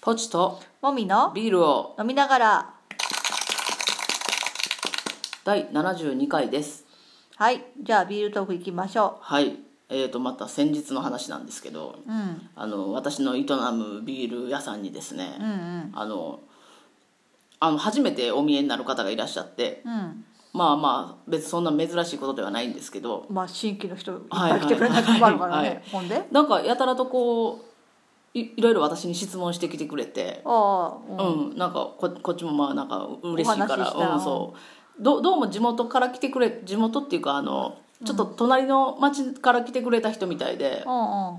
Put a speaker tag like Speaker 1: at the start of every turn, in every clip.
Speaker 1: ポチと
Speaker 2: もみの
Speaker 1: ビールを
Speaker 2: 飲みながら
Speaker 1: 第72回です
Speaker 2: はいじゃあビールトークいきましょ
Speaker 1: はいえー、とまた先日の話なんですけど
Speaker 2: う、うん、
Speaker 1: あの私の営むビール屋さんにですね、
Speaker 2: うんうん
Speaker 1: あのあの初めてお見えになる方がいらっしゃって
Speaker 2: うん
Speaker 1: まあまあ別にそんな珍しいことではないんですけど
Speaker 2: まあ新規の人いっ
Speaker 1: はい
Speaker 2: ぱい来てくれないと困るから
Speaker 1: はいは
Speaker 2: ね
Speaker 1: い
Speaker 2: ほんであ
Speaker 1: なんかやたらとこういいろいろ私に質問してきてくれて
Speaker 2: あうん
Speaker 1: うん、なんかここっちもまあなんか嬉しいか
Speaker 2: お話し
Speaker 1: ら
Speaker 2: した
Speaker 1: うん、そうどどうも地元から来てくれ地元っていうかあのちょっと隣の町から来てくれた人みたいで、
Speaker 2: うんうん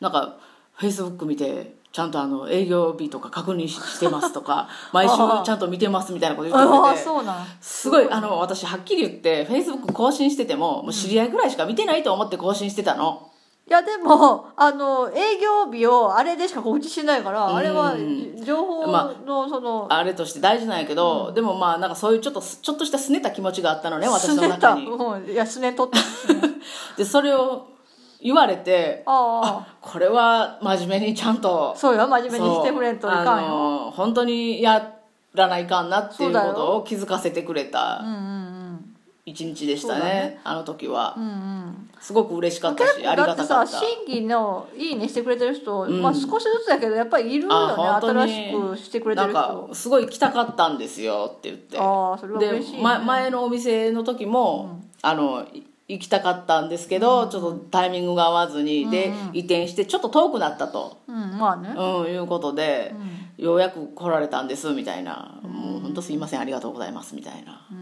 Speaker 1: なんかフェイスブック見てちゃんとあの営業日とか確認ししてますと か毎週ちゃんと見てますみたいなこと言って
Speaker 2: あ
Speaker 1: く
Speaker 2: あ
Speaker 1: れて。
Speaker 2: そうなん
Speaker 1: すごいあの私はっきり言ってフェイスブック更新しててももう知り合いぐらいしか見てないと思って更新してたの
Speaker 2: いやでもあの営業日をあれでしか告知しないからあれは
Speaker 1: うん
Speaker 2: 情報
Speaker 1: ま
Speaker 2: のその、
Speaker 1: あれとして大事なんやけど、でもまあなんかそういうちょっとちょっとした拗ねた気持ちがあったのね私の
Speaker 2: すねた
Speaker 1: 中に
Speaker 2: うんいやすね取った
Speaker 1: でそれを言われて
Speaker 2: あ
Speaker 1: これは真面目にちゃんと
Speaker 2: あそうよ真面目にしてくれんといかん
Speaker 1: そうあ
Speaker 2: よ
Speaker 1: の本当にやらないかんなっていうこ
Speaker 2: そうだ
Speaker 1: とを気づかせてくれ
Speaker 2: う
Speaker 1: た
Speaker 2: んうん
Speaker 1: 一日でした
Speaker 2: そう
Speaker 1: ね,、
Speaker 2: だね
Speaker 1: あの時は
Speaker 2: うんうんうん
Speaker 1: すごく嬉しかった
Speaker 2: 結
Speaker 1: しあ
Speaker 2: 構
Speaker 1: り
Speaker 2: だっ
Speaker 1: が
Speaker 2: て
Speaker 1: たか
Speaker 2: さ
Speaker 1: った
Speaker 2: 新規の「いいね」してくれてる人、
Speaker 1: ん
Speaker 2: まあ、少しずつだけどやっぱりいるよ
Speaker 1: あ
Speaker 2: ね
Speaker 1: 本当
Speaker 2: 新
Speaker 1: に
Speaker 2: しくしてくれて
Speaker 1: な
Speaker 2: る
Speaker 1: んか
Speaker 2: 人
Speaker 1: すごい来たかったんですよって言って
Speaker 2: ああそれは嬉しい、
Speaker 1: で、
Speaker 2: ね
Speaker 1: ま、前のお店の時も、あのい行きたかったんですけど、ちょっとタイミングが合わずに、で移転してちょっと遠くなったと、
Speaker 2: うんまあ ね、
Speaker 1: うん、いうことで、ようやく来られたんですみたいな、もう本当すいませんありがとうございますみたいな、
Speaker 2: う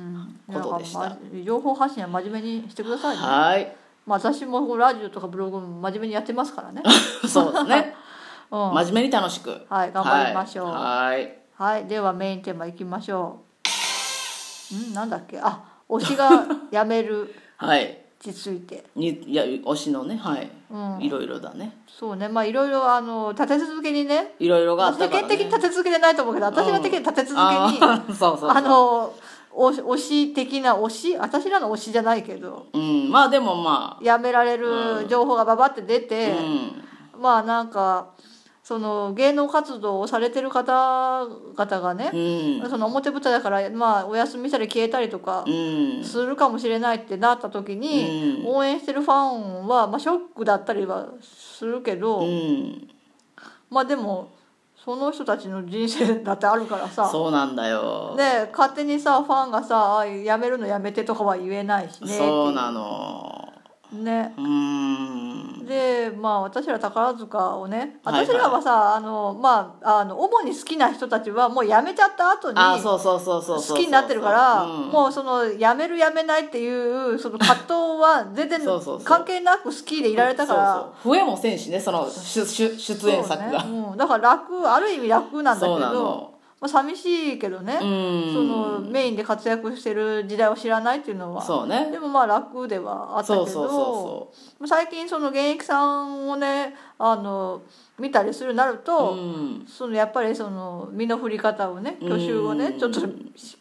Speaker 1: こ
Speaker 2: ん、
Speaker 1: とでした
Speaker 2: なんかま情報発信は真面目にしてくださいね、
Speaker 1: はい
Speaker 2: まあ、私もこうラジオとかブログも真面目にやってますからね、
Speaker 1: そうですね
Speaker 2: うん、
Speaker 1: 真面目に楽しく
Speaker 2: はい頑張りましょう
Speaker 1: はいはい
Speaker 2: はいではメインテーマいきましょうんなんだっけあ推しが辞める
Speaker 1: はい
Speaker 2: につい て
Speaker 1: にいや推しのねはい、
Speaker 2: うん
Speaker 1: いろいろだね
Speaker 2: そうねまあいろいろあの立て続けにね
Speaker 1: いろいろがあっ
Speaker 2: 世
Speaker 1: たから、
Speaker 2: 間
Speaker 1: ね、
Speaker 2: 的に立て続けじゃないと思うけど私が的に立て続けに、
Speaker 1: あーそうそうそう
Speaker 2: あの推し推し的な推し私らの推しじゃないけど
Speaker 1: うんまあでもま
Speaker 2: 辞められる情報がババって出
Speaker 1: あ、
Speaker 2: て、
Speaker 1: うん
Speaker 2: まあなんかその芸能活動をされてる方々がね、
Speaker 1: うん
Speaker 2: その表舞台だから、まあ、お休みしたり消えたりとか
Speaker 1: うん
Speaker 2: するかもしれないってなった時に、
Speaker 1: う
Speaker 2: 応援してるファンは、まあ、ショックだったりはするけど、
Speaker 1: うん
Speaker 2: まあでもその人たちの人生だってあるからさ。
Speaker 1: そうなんだよ、
Speaker 2: で勝手にさファンがさ「あやめるのやめて」とかは言えないしね
Speaker 1: そうなの
Speaker 2: ね
Speaker 1: うん
Speaker 2: でまあ私ら宝塚をね
Speaker 1: はいはい
Speaker 2: 私らはさあのまああの主に好きな人たちはもう辞めちゃった後
Speaker 1: あ
Speaker 2: に
Speaker 1: そうそうそうそうそうそう
Speaker 2: 好きになってるから
Speaker 1: うん
Speaker 2: もうその辞める辞めないっていうその葛藤は全然
Speaker 1: そうそうそう
Speaker 2: 関係なく好きでいられたから
Speaker 1: そうそう増えもせんしねその出出出演作が
Speaker 2: そうねうんだから楽ある意味楽なんだ
Speaker 1: そう
Speaker 2: け
Speaker 1: な
Speaker 2: ど
Speaker 1: の
Speaker 2: まあ寂しいけどね
Speaker 1: う,、ん
Speaker 2: そのメインで活躍してる時代を知らないっていうのは
Speaker 1: そうね
Speaker 2: でもまあ楽ではあったけ
Speaker 1: そ
Speaker 2: ど
Speaker 1: うそうそ
Speaker 2: 最近その現役さんをねあの見たりするようになる
Speaker 1: うそう
Speaker 2: と、
Speaker 1: うん
Speaker 2: そのやっぱりその身の振り方をね
Speaker 1: うん
Speaker 2: 去就をねちょっと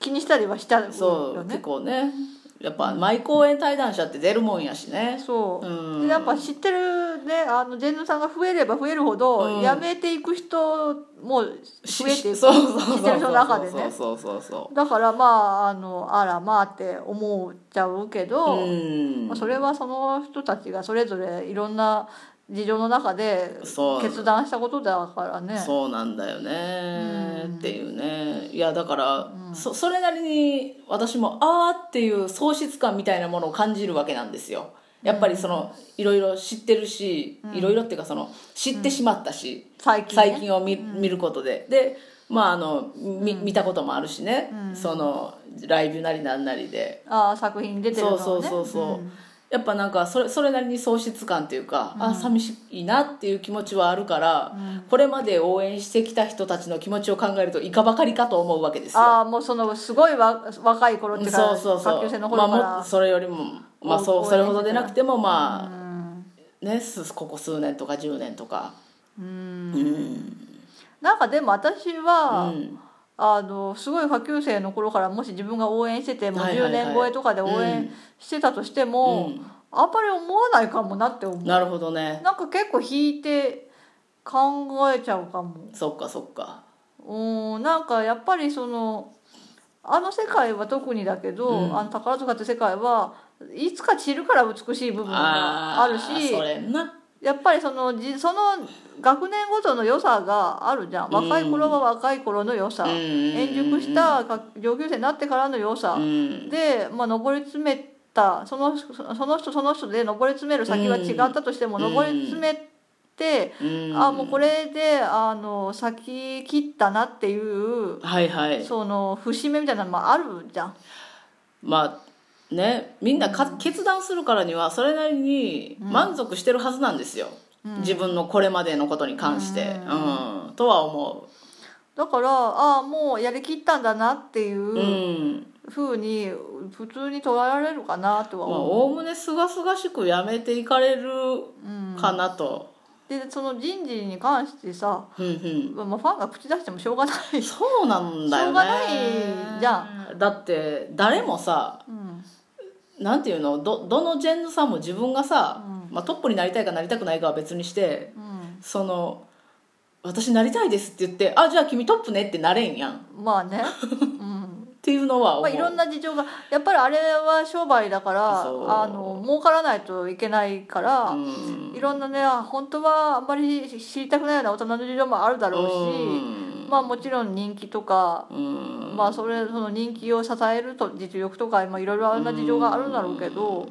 Speaker 2: 気にしたりはした
Speaker 1: そう、
Speaker 2: よ
Speaker 1: 結
Speaker 2: ね。
Speaker 1: 構ねやっぱ毎公演対談者って出るもんやしね
Speaker 2: そう
Speaker 1: うん
Speaker 2: でやっぱ知ってるねあのジェンヌさんが増えれば増えるほ
Speaker 1: う
Speaker 2: ど
Speaker 1: ん
Speaker 2: やめていく人も
Speaker 1: し
Speaker 2: 増えていく
Speaker 1: そうそう そう
Speaker 2: 知ってる人の中でね
Speaker 1: そうそうそうそ
Speaker 2: だからまああのあらまあって思っちゃうけ
Speaker 1: う
Speaker 2: ど、
Speaker 1: うん
Speaker 2: まあ、それはその人たちがそれぞれいろんな事情の中で
Speaker 1: そう
Speaker 2: 決断したことだからね
Speaker 1: そうなんだよねっていうねいやだから、そそれなりに私もああっていう喪失感みたいなものを感じるわけなんですよやっぱりそのいろいろ知ってるしいろいろっていうかその知ってしまったし、
Speaker 2: 最近、ね、
Speaker 1: 最近を見,、見ることででまああのみ見たこともあるしね、そのライブなりなんなりで
Speaker 2: ああ作品に出てるの
Speaker 1: そ
Speaker 2: は
Speaker 1: う
Speaker 2: ね
Speaker 1: そうそうそう、
Speaker 2: ん
Speaker 1: やっぱなんかそれそれなりに喪失感というか、あ寂しいなっていう気持ちはあるから、これまで応援してきた人たちの気持ちを考えるといかばかりかと思うわけですよ。
Speaker 2: ああもうそのすごいわ若い頃っていうか
Speaker 1: そうそうそ
Speaker 2: 下級生
Speaker 1: う、
Speaker 2: の
Speaker 1: ま
Speaker 2: 頃
Speaker 1: あ、
Speaker 2: から、
Speaker 1: もそれよりも、まあ、そ
Speaker 2: 応
Speaker 1: う
Speaker 2: 援
Speaker 1: それほどでなくてもま
Speaker 2: うん
Speaker 1: あ、ね、すここ数年とか10年とか、
Speaker 2: うん
Speaker 1: うん
Speaker 2: なんかでも私
Speaker 1: う
Speaker 2: は、
Speaker 1: ん
Speaker 2: あのすごい下級生の頃からもし自分が応援しててもう
Speaker 1: はいは
Speaker 2: 10
Speaker 1: いはい
Speaker 2: 年超えとかで応援してたとしても、
Speaker 1: うん
Speaker 2: あんまり思わないかもなって思う
Speaker 1: なるほどね
Speaker 2: なんか結構引いて考えちゃうかも
Speaker 1: そっかそっか
Speaker 2: うんなんかやっぱりそのあの世界は特にだけど、
Speaker 1: うん
Speaker 2: あの宝塚って世界はいつか散るから美しい部分がある
Speaker 1: ー
Speaker 2: し
Speaker 1: それな
Speaker 2: やっぱりそのじその学年ごとの良さがあるじゃん若い頃は若い頃の良さ、円
Speaker 1: 円
Speaker 2: 熟したか上級生になってからの良さ、
Speaker 1: うん
Speaker 2: で、まあ、上り詰めたそのそその人その人で上り詰める先は違ったとしても、
Speaker 1: うん
Speaker 2: 上り詰めて、
Speaker 1: うん
Speaker 2: あもうこれであの先切ったなっていう、
Speaker 1: はいはい
Speaker 2: その節目みたいなのもあるじゃん。
Speaker 1: まあねみんなか決断するからにはそれなりに満足してるはずなんですよ、自分のこれまでのことに関して、
Speaker 2: う
Speaker 1: うんとは思、
Speaker 2: だからあもうやりきったんだなっていう
Speaker 1: う
Speaker 2: うんふうに普通に捉えられるかなと
Speaker 1: ま
Speaker 2: は
Speaker 1: あ
Speaker 2: 思う。
Speaker 1: おおむねすがすがしくやめていかれる
Speaker 2: うん、
Speaker 1: かなと、
Speaker 2: でその人事に関してさ、
Speaker 1: うんうん
Speaker 2: まあ、ファンが口出してもしょうがないし、
Speaker 1: そうなんだよね
Speaker 2: しょうがないじゃ
Speaker 1: だって誰もさ
Speaker 2: うん
Speaker 1: なんていうのどどのジェンヌさんも自分がさ、まあ、トップになりたいかなりたくないかは別にして
Speaker 2: うん、
Speaker 1: その「私なりたいです」って言って「あじゃあ君トップね」ってなれんやんっ
Speaker 2: まあ ね、うん、
Speaker 1: ていうのは思う、
Speaker 2: まあ、いろんな事情がやっぱりあれは商売だから
Speaker 1: そう
Speaker 2: あの儲からないといけないから、
Speaker 1: うん
Speaker 2: いろんなねあ本当はあんまり知りたくないような大人の事情もあるだろうし、まあもちろん人気とか、
Speaker 1: うん
Speaker 2: まあそれその人気を支えると実力とか、まあ、いろいろあんな事情があるんだろうけど。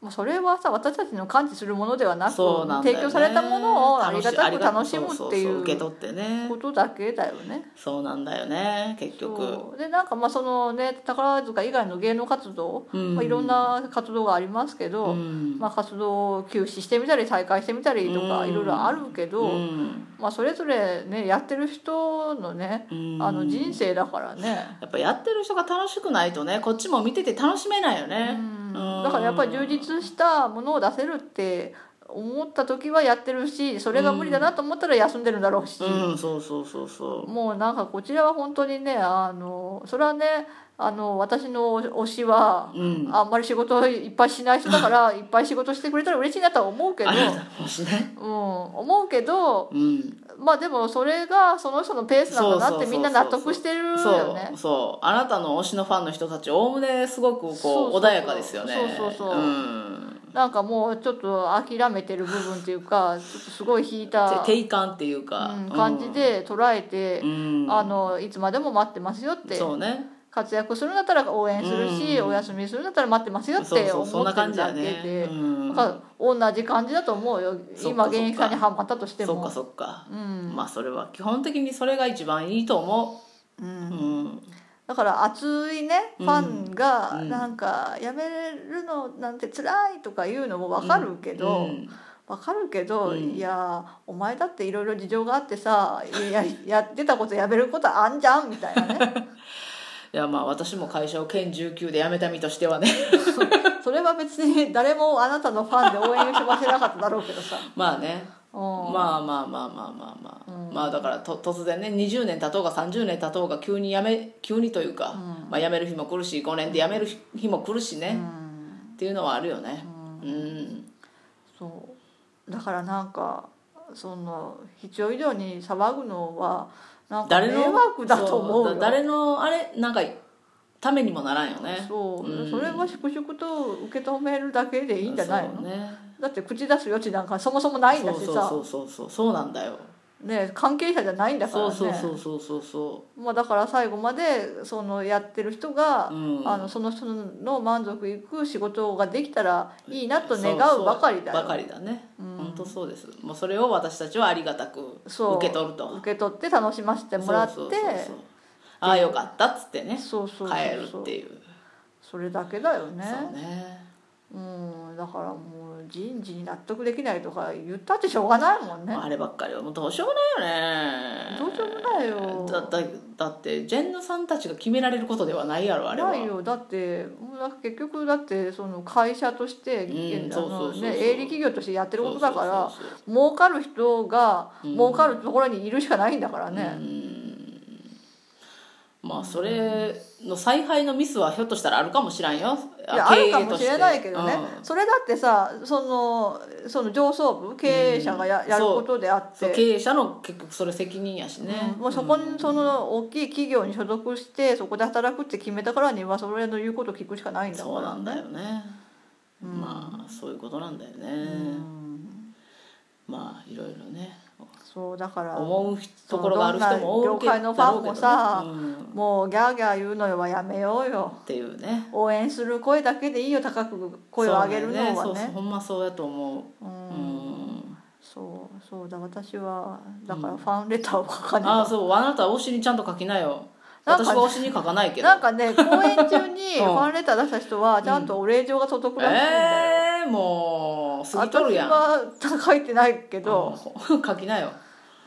Speaker 2: まあそれはさ私たちの感知するものではなく
Speaker 1: そうなんだ
Speaker 2: 提
Speaker 1: よね
Speaker 2: 供されたものをありがたく楽しむ
Speaker 1: そ
Speaker 2: ってい
Speaker 1: そそう受け取ってね
Speaker 2: ことだけだよね。
Speaker 1: そうなんだよね結局
Speaker 2: そうでなんかまあそのね宝塚以外の芸能活動、
Speaker 1: うん
Speaker 2: まあ、いろんな活動がありますけど、
Speaker 1: うん
Speaker 2: まあ、活動を休止してみたり再開してみたりとか
Speaker 1: うん
Speaker 2: いろいろあるけど、
Speaker 1: うん
Speaker 2: まあ、それぞれねやってる人のね
Speaker 1: うん
Speaker 2: あの人生だからね、
Speaker 1: やっぱやってる人が楽しくないとねこっちも見てて楽しめないよ
Speaker 2: う
Speaker 1: ね、う
Speaker 2: ん
Speaker 1: ん
Speaker 2: だからやっぱり充実したものを出せるって思った時はやってるしそれが無理だなと思ったら休んでるんだろうし。
Speaker 1: うん、そうそうそうそ
Speaker 2: もうなんかこちらは本当にねあのそれはねあの私の推しは
Speaker 1: う。うん。
Speaker 2: あんまり仕事いっぱいしない人だからいっぱい仕事してくれたら嬉しいなとは思うけど、
Speaker 1: あ
Speaker 2: う
Speaker 1: なた
Speaker 2: ん、
Speaker 1: もしね。
Speaker 2: 思うけど
Speaker 1: うん。
Speaker 2: まあでもそれがその人のペースなん
Speaker 1: そ
Speaker 2: だな
Speaker 1: うそう
Speaker 2: っ
Speaker 1: そう
Speaker 2: て
Speaker 1: そう
Speaker 2: みんな納得してるよ
Speaker 1: そ
Speaker 2: ね
Speaker 1: う、。そう。あなたの推しのファンの人たち、おおむねすごくこう
Speaker 2: そうそうそう
Speaker 1: 穏やかですよね。
Speaker 2: そうそうそう
Speaker 1: うん。
Speaker 2: なんかもうちょっと諦めてる部分っていうかちょっとすごい引いた、
Speaker 1: て定感っていうか、
Speaker 2: うん感じで捉えて
Speaker 1: う、ん、
Speaker 2: あのいつまでも待ってますよって
Speaker 1: そうね。
Speaker 2: 活躍するんだったら応援するし、
Speaker 1: うん
Speaker 2: お休みするんだったら待ってますよっ
Speaker 1: そう
Speaker 2: て
Speaker 1: そ
Speaker 2: 思
Speaker 1: うそんな
Speaker 2: って
Speaker 1: 感
Speaker 2: る
Speaker 1: じや
Speaker 2: だけで。
Speaker 1: ね。うん。
Speaker 2: なんか同じ感じだと思うよ
Speaker 1: そっか
Speaker 2: 今現役さんにハマったとして
Speaker 1: そっ
Speaker 2: も
Speaker 1: かそっか。
Speaker 2: うん
Speaker 1: まあそれは基本的にそれが一番いいと思
Speaker 2: う
Speaker 1: う。
Speaker 2: ん
Speaker 1: うん。
Speaker 2: だから熱いね
Speaker 1: う
Speaker 2: フ
Speaker 1: ん
Speaker 2: ァンが
Speaker 1: うん
Speaker 2: なんかやめるのなんて辛いとか言うのも分かるけ
Speaker 1: う
Speaker 2: ど
Speaker 1: ん
Speaker 2: 分かるけど
Speaker 1: うん
Speaker 2: いやお前だっていろいろ事情があってさいややってたことやめることあんじゃんみたいな ね
Speaker 1: いやまあ私も会社を県19で辞めた身としてはね
Speaker 2: それは別に誰もあなたのファンで応援してませなかっただろうけどさ。
Speaker 1: まあね
Speaker 2: うん
Speaker 1: まあまあまあまあまあまあ、
Speaker 2: うん
Speaker 1: まあだからと突然ね20年経とうが30年経とうが急にやめ急にというか、まあ、辞める日も来るし5年で辞める日も来るし
Speaker 2: う
Speaker 1: ね、
Speaker 2: ん
Speaker 1: っていうのはあるよねうん、
Speaker 2: そうだからなんかその必要以上に騒ぐのはなんか
Speaker 1: 誰の
Speaker 2: 迷惑だと思う
Speaker 1: そ
Speaker 2: よ
Speaker 1: だ誰のあれなんかためにもならんよね
Speaker 2: そう
Speaker 1: うん
Speaker 2: それは粛々と受け止めるだけでいいんじゃないの、
Speaker 1: そうね
Speaker 2: だって口出す余地なんかそもそもないんだしさ
Speaker 1: そうそうそうそうそうなんだよ
Speaker 2: ね、関係者じゃないんだから
Speaker 1: そ
Speaker 2: ね
Speaker 1: うそうそうそうそうそ
Speaker 2: まあ、だから最後までそのやってる人が、
Speaker 1: うん
Speaker 2: あのその人の満足いく仕事ができたらいいな
Speaker 1: う
Speaker 2: と願
Speaker 1: そう
Speaker 2: ばかりだよ
Speaker 1: ばかりだね、
Speaker 2: うん
Speaker 1: 本当そうですもうそれを私たちはありがたく
Speaker 2: そう
Speaker 1: 受け取ると
Speaker 2: 受け取って楽しませてもらって
Speaker 1: そうそうそうそうああよかったっつってね
Speaker 2: そうそうそうそう
Speaker 1: 帰るっていう
Speaker 2: それだけだよね
Speaker 1: そうね
Speaker 2: うんだからもう人事に納得できないとか言ったってしょうがないもんね
Speaker 1: あればっかりはもうどうしようもないよね
Speaker 2: どうしようもないよ
Speaker 1: だだだってジェンヌさんたちが決められることではないやろあれは
Speaker 2: ないよだってもうなんか結局だってその会社として、
Speaker 1: うん
Speaker 2: あ
Speaker 1: そうそう
Speaker 2: の
Speaker 1: そうそう
Speaker 2: ね営利企業としてやってることだから
Speaker 1: そうそう
Speaker 2: 儲かる人が
Speaker 1: うん
Speaker 2: 儲かるところにいるしかないんだから
Speaker 1: そうそう
Speaker 2: ね、
Speaker 1: うんまあそれの采配のミスはひょっとしたらあるかもしらんよ
Speaker 2: いやあるかもしれないけどね、それだってさそのその上層部経営者がや,、
Speaker 1: うん
Speaker 2: やる
Speaker 1: そう
Speaker 2: ことであっ
Speaker 1: そう
Speaker 2: て。
Speaker 1: 経営者の結局それ責任やしね、
Speaker 2: うんもうそこにその大きい企業に所属してそこで働くって決めたからにはそれの言うこと聞くしかないんだから
Speaker 1: そうなんだよね、まあそういうことなんだよね、
Speaker 2: うん
Speaker 1: まあいろいろね
Speaker 2: そうだから
Speaker 1: 思うところがある人も多いけ
Speaker 2: そうどんな業界のファンもさ
Speaker 1: だろうけどねうん
Speaker 2: もうギャーギャー言うのはやめようよ
Speaker 1: っていうね
Speaker 2: 応援する声だけでいいよ高く声を上げるの
Speaker 1: そ
Speaker 2: は
Speaker 1: うだよそうそう
Speaker 2: ね
Speaker 1: ほんまそうやと思
Speaker 2: う
Speaker 1: う、
Speaker 2: ん
Speaker 1: うん、
Speaker 2: そうそうだ私はだからファンレターを書かない
Speaker 1: ああそうあなた推しにちゃんと書きなよ
Speaker 2: なんか
Speaker 1: 私は推しに書かないけど
Speaker 2: なんかね公演中 に
Speaker 1: う
Speaker 2: フ
Speaker 1: ん
Speaker 2: ァンレター出した人はちゃんとお礼状が届くらしいんだよ、
Speaker 1: ええー、もう過ぎとる
Speaker 2: 私
Speaker 1: やん
Speaker 2: は書いてないけど、
Speaker 1: うん 書きなよ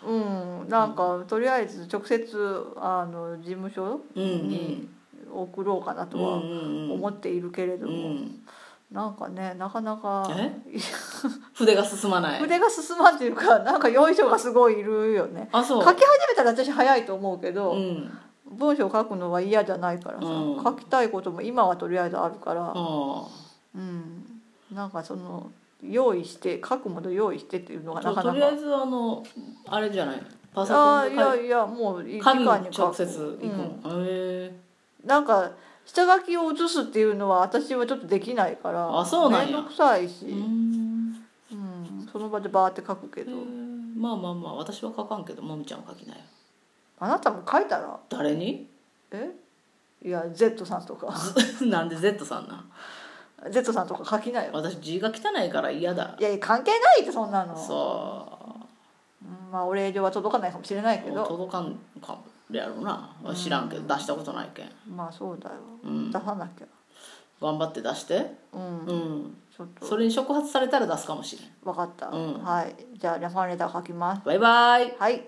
Speaker 2: うんなんかとりあえず直接あの事務所
Speaker 1: うんうん
Speaker 2: に送ろうかなとは
Speaker 1: うんうんうん
Speaker 2: 思っているけれど
Speaker 1: う
Speaker 2: も、
Speaker 1: ん、
Speaker 2: なんかねなかなか
Speaker 1: え筆が進まない
Speaker 2: 筆が進まんっていうかなんか用意書がすごいいるよね
Speaker 1: あそ
Speaker 2: 書
Speaker 1: う
Speaker 2: き始めたら私早いと思うけど、
Speaker 1: うん
Speaker 2: 文章書くのは嫌じゃないからさ、
Speaker 1: うん
Speaker 2: 書きたいことも今はとりあえずあるから、
Speaker 1: あ
Speaker 2: うん、なんかその用意して書くもの用意してっていうのが
Speaker 1: あ
Speaker 2: なか
Speaker 1: と
Speaker 2: な
Speaker 1: りあ
Speaker 2: か
Speaker 1: えずあのあれじゃないパソコ
Speaker 2: ああ
Speaker 1: ン
Speaker 2: い
Speaker 1: で書
Speaker 2: や
Speaker 1: い
Speaker 2: いやもういい
Speaker 1: 紙に
Speaker 2: 書
Speaker 1: 直
Speaker 2: く
Speaker 1: 接行くの、へえ
Speaker 2: うん、なんか下書きを写すっていうのは私はちょっとできないから
Speaker 1: あそうなんや
Speaker 2: 面倒くさい
Speaker 1: う
Speaker 2: し、
Speaker 1: ーん
Speaker 2: うん、その場でバーって書くけ
Speaker 1: へ
Speaker 2: ど、
Speaker 1: ーまあまあまあ私は書かんけどもみちゃんは書きなよ
Speaker 2: あなたも書いたら
Speaker 1: 誰に
Speaker 2: えいや Z さんとか
Speaker 1: なんで Z さんなん
Speaker 2: Z さんとか書きなよ
Speaker 1: 私字が汚いから嫌だ
Speaker 2: いやいや関係ないってそんなの
Speaker 1: そう
Speaker 2: うんまあお礼状は届かないかもしれないけ
Speaker 1: もう
Speaker 2: ど
Speaker 1: 届かんかもやろうな知らんけど出したことないけん、
Speaker 2: まあそうだよ、
Speaker 1: うん
Speaker 2: 出さなきゃ
Speaker 1: 頑張って出して
Speaker 2: うん
Speaker 1: うん
Speaker 2: ちょっと
Speaker 1: それに触発されたら出すかもしれん
Speaker 2: 分かった、
Speaker 1: うん
Speaker 2: はいじゃあファンレター書きます
Speaker 1: バイバイ
Speaker 2: はい